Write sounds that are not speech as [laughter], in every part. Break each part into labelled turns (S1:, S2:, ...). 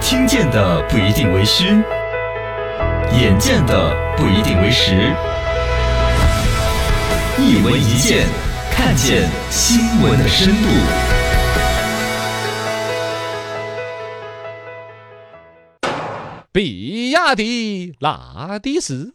S1: 听见的不一定为虚，眼见的不一定为实。一闻一见，看见新闻的深度。
S2: 比亚迪拉的士。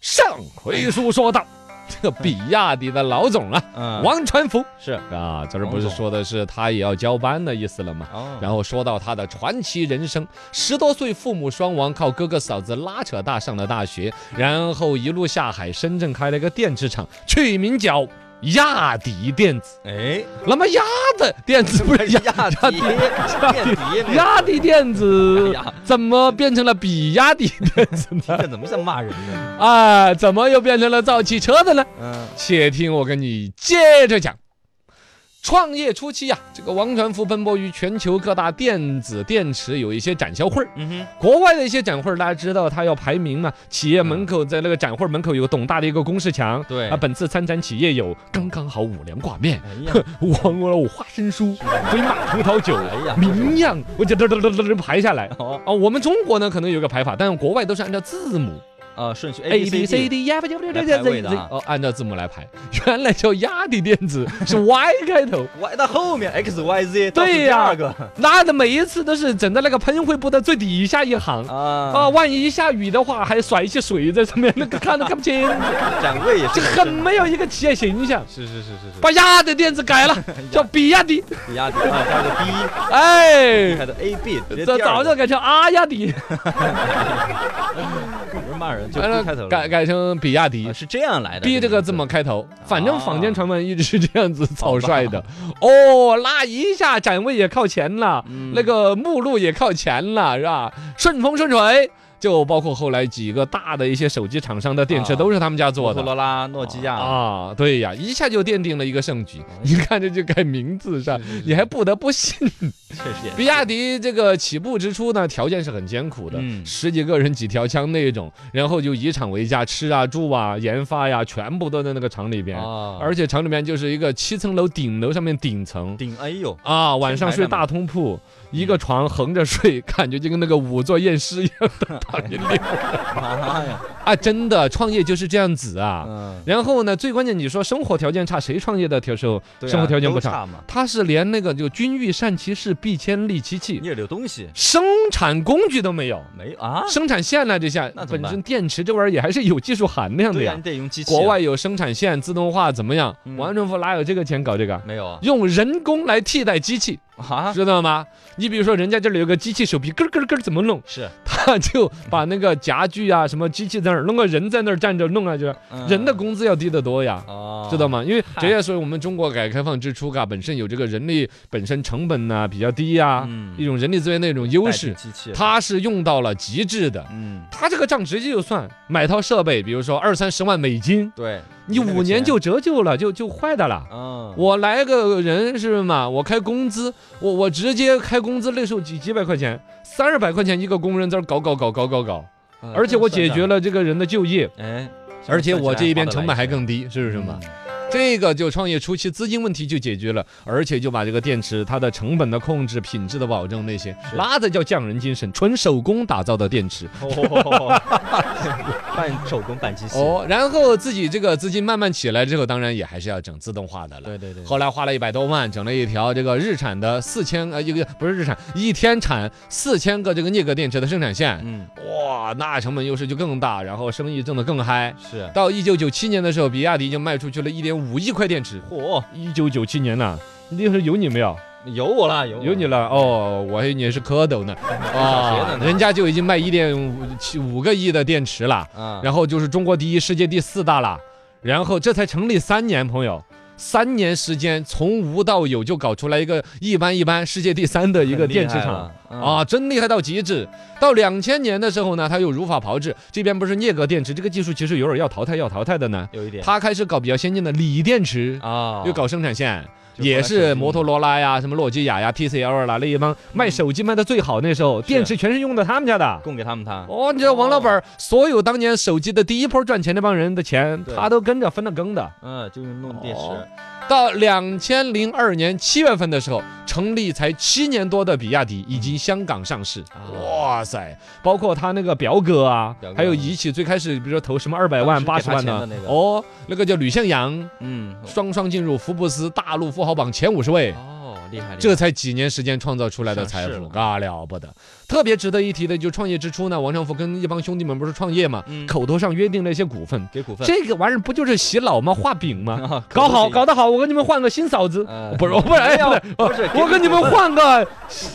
S2: 上回书说到，这个比亚迪的老总啊，
S3: 哎嗯
S2: 王传福
S3: 是
S2: 啊，这儿
S3: 王
S2: 不是
S3: 总
S2: 说的是他也要交班的意思了吗？
S3: 哦
S2: 然后说到他的传奇人生，十多岁父母双亡，靠哥哥嫂子拉扯大上了大学，然后一路下海，深圳开了个电子厂，取名叫亚迪电子。
S3: 哎，
S2: 那么亚的电子不
S3: [laughs]
S2: 是亚
S3: 亚迪，亚迪，
S2: 亚迪电子
S3: 哎呀
S2: 怎么变成了比亚迪电子呢？
S3: 这怎么像骂人呢？
S2: 啊，怎么又变成了造汽车的呢？
S3: 嗯，
S2: 且听我跟你接着讲。创业初期呀、这个王传福奔波于全球各大电子电池有一些展销会儿，
S3: 嗯哼，
S2: 国外的一些展会儿，大家知道他要排名嘛，企业门口在那个展会儿门口有个董大的一个公示墙，
S3: 对
S2: 啊，本次参展企业有刚刚好五粮挂面。
S3: 哎呀，
S2: 王老五花生酥、
S3: [laughs]
S2: 飞马葡萄酒
S3: 哎呀、
S2: 名酿，我就噔噔噔噔噔排下来。
S3: 哦，
S2: 啊，我们中国呢可能有一个排法，但是国外都是按照字母，
S3: 啊，顺序
S2: A
S3: A
S2: B C
S3: B C D，
S2: D E F G H I J K L M
S3: 来排位
S2: N
S3: 的
S2: O P
S3: 啊
S2: 哦，按照字母来排。 [laughs] 原来叫压的电子是 Y 开头，
S3: 歪到后面 X Y Z，
S2: 对
S3: 第
S2: 呀
S3: 二个
S2: 那的每一次都是整在那个喷绘布的最底下一行。啊，
S3: 啊，
S2: 万一下雨的话，还甩一些水在上面，那个看都看不清，
S3: 展位也
S2: 这
S3: 是
S2: 个很没有一个企业形象。
S3: 是是是是是，
S2: 把压的电子改了，叫比亚迪。
S3: 比亚迪啊，加个
S2: 哎
S3: B，，开头 A B，直接
S2: 这
S3: 第
S2: 早
S3: 二
S2: 就
S3: 个，
S2: 改成啊阿亚迪，
S3: 不是骂人，就
S2: 完
S3: B
S2: 了
S3: 开头
S2: 哎
S3: 了
S2: 改改成比亚迪
S3: 啊。是这样来的
S2: 逼这个字
S3: 么
S2: 母开头，反正坊间
S3: 啊
S2: 传闻一直是这样子草率的。哦，那一下展位也靠前了，
S3: 嗯
S2: 那个目录也靠前了，是吧？顺风顺水，就包括后来几个大的一些手机厂商的电池
S3: 啊
S2: 都是他们家
S3: 摩
S2: 做
S3: 托
S2: 的。
S3: 罗拉、诺基亚，
S2: 啊，对呀，一下就奠定了一个盛举
S3: 哎。
S2: [laughs] 你看这就改名字上，你还不得不信。
S3: 确实也是
S2: 比亚迪这个起步之初呢，条件是很艰苦的，
S3: 嗯
S2: 十几个人几条枪那种，然后就以厂为家，吃啊、住啊、研发呀、全部都在那个厂里边。
S3: 啊，
S2: 而且厂里面就是一个七层楼顶楼上面顶层
S3: 顶哎呦，
S2: 啊，晚上睡
S3: 天台
S2: 大通铺，一个床横着睡， [laughs] 感觉就跟那个仵作验尸一样的躺一溜
S3: 妈呀，
S2: [laughs] 啊！真的，创业就是这样子啊。
S3: 嗯，
S2: 然后呢，最关键你说生活条件差，谁创业的时候
S3: 对啊
S2: 生活条件不
S3: 都
S2: 差？
S3: 差嘛，
S2: 他是连那个就君欲善其事，必先利其器
S3: 你，也留东西
S2: 生产工具都没有，
S3: 没有啊？
S2: 生产线呢这下
S3: 那怎
S2: 本
S3: 么办
S2: 身电池这玩意儿也还是有技术含量的
S3: 对呀，
S2: 呀
S3: 你。得用机器啊。
S2: 国外有生产线自动化，怎么样？
S3: 嗯
S2: 王政府哪有这个钱搞这个啊？
S3: 没有啊？
S2: 用人工来替代机器，
S3: 啊，
S2: 知道吗？你比如说，人家这里有个机器手臂咯咯咯怎么弄， [laughs]
S3: 是
S2: 他就把那个夹具啊、什么机器在那儿弄个人在那儿站着弄啊，就是人的
S3: 工
S2: 工资要低得多呀。
S3: 嗯哦，
S2: 知道吗？因为这也说我们中国改革开放之初，嘎，本身有这个人力本身成本呐、比较低呀、
S3: 嗯
S2: 一种人力资源的一种优
S3: 代
S2: 势
S3: 替，机器，
S2: 它是用到了极致的。
S3: 嗯，
S2: 它这个账直接就算，买套设备，比如说二三十万美金，
S3: 对，
S2: 你
S3: 那个
S2: 五年
S3: 钱
S2: 就折旧了，就就坏的了。
S3: 嗯，
S2: 我来个人是嘛？我开工资，我我直接开工资，那时候几几百块钱，三二百块钱一个工人在这儿搞搞搞搞搞搞，
S3: 呃
S2: 而且我解决，了这个人的就业，
S3: 这样算账哎，
S2: 而且我这一边
S3: 算
S2: 成
S3: 起来嗯
S2: 本还更低，是不是嘛
S3: 划得来一？些？
S2: 这个就创业初期资金问题就解决了，而且就把这个电池它的成本的控制、品质的保证那些，
S3: 是
S2: 那才叫匠人精神，纯手工打造的电池。
S3: 哦， [laughs] 半手工半机器，
S2: 哦，然后自己这个资金慢慢起来之后，当然也还是要整自动化的了。
S3: 对对对，
S2: 后来花了一百多万整了一条这个日产的四千呃一个不是日产一天产四千个这个镍铬电池的生产线，
S3: 嗯，
S2: 哇，那成本优势就更大，然后生意挣得更嗨。
S3: 是，
S2: 到一九九七年的时候，比亚迪就卖出去了一点五亿块电池。
S3: 嚯，
S2: 一九九七年呐、那时候有你没有？
S3: 有我了，有
S2: 有你
S3: 了，
S2: 了哦，我还以为你是蝌
S3: [laughs]
S2: 蚪呢
S3: 小
S2: 啊
S3: 学！呢
S2: 人家就已经卖一点五七五个亿的电池了。
S3: 啊，
S2: 然后就是中国第一、世界第四大了。然后这才成立三年，朋友，三年时间从无到有就搞出来一个一般一般世界第三的一个
S3: 很厉
S2: 电池
S3: 害
S2: 厂。
S3: 了，嗯
S2: 啊，真厉害到极致！到两千年的时候呢，它又如法炮制。这边不是镍铬电池这个技术，其实有点要淘汰，要淘汰的呢。
S3: 有一点，
S2: 它开始搞比较先进的锂电池，
S3: 啊，
S2: 又搞生产线，
S3: 就后
S2: 也
S3: 来手
S2: 是
S3: 机
S2: 摩托罗拉呀、什么诺基亚呀、TCL 啊啦那一帮卖手机卖的最好那时候，电池全嗯是用的他们家的。
S3: 供给他们他，
S2: 哦，你知道王老板儿所有当年手机的第一波赚钱那帮人的钱，
S3: 对
S2: 他都跟着分了羹的。
S3: 嗯，就用弄电池
S2: 哦，到两千零二年七月份的时候，成立才七年多的比亚迪已经香港上市。哇塞，嗯啊包括他那个表哥啊
S3: 表，哥
S2: 还有一起最开始比如说投什么二百万、八
S3: 当时
S2: 十
S3: 给他
S2: 万
S3: 钱
S2: 呢
S3: 的那个
S2: 哦，那个叫吕向阳，
S3: 嗯，
S2: 双双进入福布斯大陆富豪榜前五十位。
S3: 哦，厉害，厉害
S2: 这才几年时间创造出来的财
S3: 上市
S2: 富
S3: 了，
S2: 嘎了不得。特别值得一提的，就创业之初呢，王长福跟一帮兄弟们不是创业嘛，
S3: 嗯
S2: 口头上约定了一些股份，
S3: 给股份，
S2: 这个玩意儿不就是洗脑吗？画饼吗？
S3: 啊
S2: 搞好，
S3: 可
S2: 搞得好，我给你们换个新嫂子，
S3: 呃
S2: 不是，我不是，哎，
S3: 没有
S2: 不
S3: 不是
S2: 是，
S3: 给
S2: 我给你们换个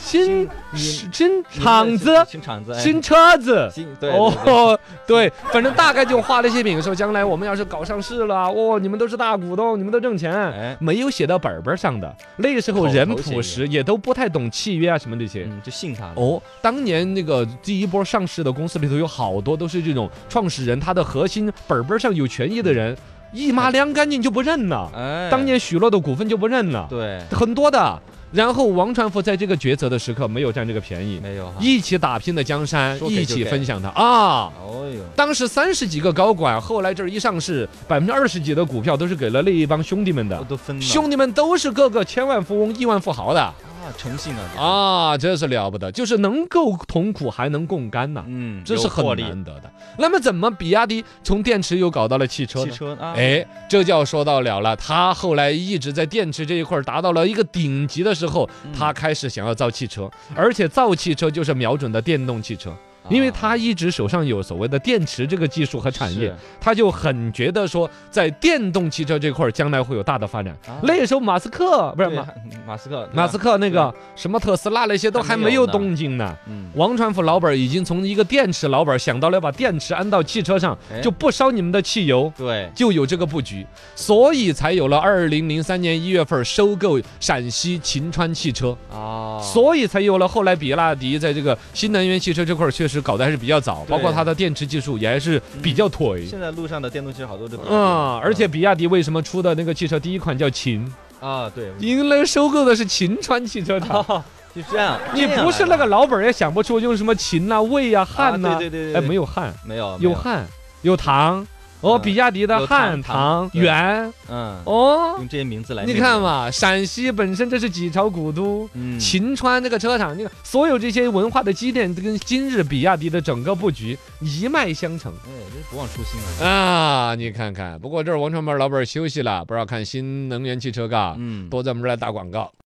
S2: 新
S3: 你
S2: 新
S3: 不是
S2: 厂子、
S3: 新厂子，哎
S2: 新车子。
S3: 新对对
S2: 哦，对，反正大概就画了一些饼，说将来我们要是搞上市了，哦，你们都是大股东，你们都挣
S3: 对
S2: 钱，
S3: 哎，
S2: 没有写到本本上的。那个时候人朴实，也都不太懂契约啊什么这些。
S3: 嗯，就信他了，
S2: 哦，当年那个第一波上市的公司里头有好多都是这种创始人，他的核心本本上有权益的
S3: 嗯
S2: 人，一麻凉干净就不认了。
S3: 哎，
S2: 当年许诺的股份就不认了，
S3: 对
S2: 很多的。然后王传福在这个抉择的时刻没有占这个便宜，
S3: 没有哈，
S2: 一起打拼的江山，
S3: 嗯说给
S2: 一
S3: 就
S2: 起
S3: 给
S2: 分享它啊。
S3: 哦呦，
S2: 当时三十几个高管，后来这儿一上市，百分之二十几的股票都是给了那一帮兄弟们的，
S3: 都分了
S2: 嗯兄弟们都是各个千万富翁、亿万富豪的。
S3: 啊，诚信啊，这
S2: 啊，这是了不得，就是能够同苦还能共甘呐、
S3: 嗯，
S2: 这
S3: 有
S2: 是很
S3: 魄力
S2: 难得的。那么怎么比亚迪从电池又搞到了汽车
S3: 汽
S2: 呢？
S3: 车啊，
S2: 哎，这就要说到了了。他后来一直在电池这一块儿达到了一个顶级的时候，
S3: 嗯
S2: 他开始想要造汽车，而且造汽车就是瞄准的电动汽车，
S3: 啊
S2: 因为他一直手上有所谓的电池这个技术和产业，他就很觉得说在电动汽车这块儿将来会有大的发展。
S3: 累
S2: 那时候马斯克不是马
S3: 马马斯啊克，对吧
S2: 马斯，克那个什么特斯拉那些都还
S3: 还没
S2: 没有
S3: 有呢
S2: 动静呢。
S3: 嗯，
S2: 王传福老板已经从一个电池老板想到了要把电池安到汽车上，
S3: 哎
S2: 就不烧你们的汽油，
S3: 对，
S2: 就有这个布局，所以才有了二零零三年一月份收购陕西秦川汽车，
S3: 啊，
S2: 所以才有了后来比亚迪在这个新能源汽车这块儿确实搞得还是比较早，
S3: 对嗯
S2: 包括它的电池技术也还是比较腿。
S3: 现在路上的电动汽车好多都比较
S2: 嗯，
S3: 贵
S2: 而且比亚迪为什么出的那个汽车第一款叫秦？
S3: 啊，对，
S2: 因为收购的是秦川汽车厂。
S3: 哦就这样，
S2: 你
S3: 这样
S2: 不是
S3: 来
S2: 那个
S3: 的
S2: 老本儿也想不出用什么秦呐、魏呀、
S3: 啊
S2: 汉呐，
S3: 对对对对，
S2: 哎，没
S3: 有
S2: 有汉，
S3: 没有
S2: 有，汉，有唐。哦，
S3: 嗯
S2: 比亚迪的
S3: 有
S2: 汉、
S3: 唐
S2: 唐、
S3: 唐对
S2: 元。
S3: 没有嗯，
S2: 哦，
S3: 用这些名字来，
S2: 你看，嘛，陕西本身这是几朝古都，
S3: 嗯，
S2: 秦川这个车厂，那个所有这些文化的积淀，跟今日比亚迪的整个布局一脉相承。
S3: 哎，这不忘初心啊，
S2: 啊，你看看，不过这儿王传宝老板儿休息了，不知道看新能源汽车嘎，
S3: 嗯。
S2: 多在我们这儿来打广告。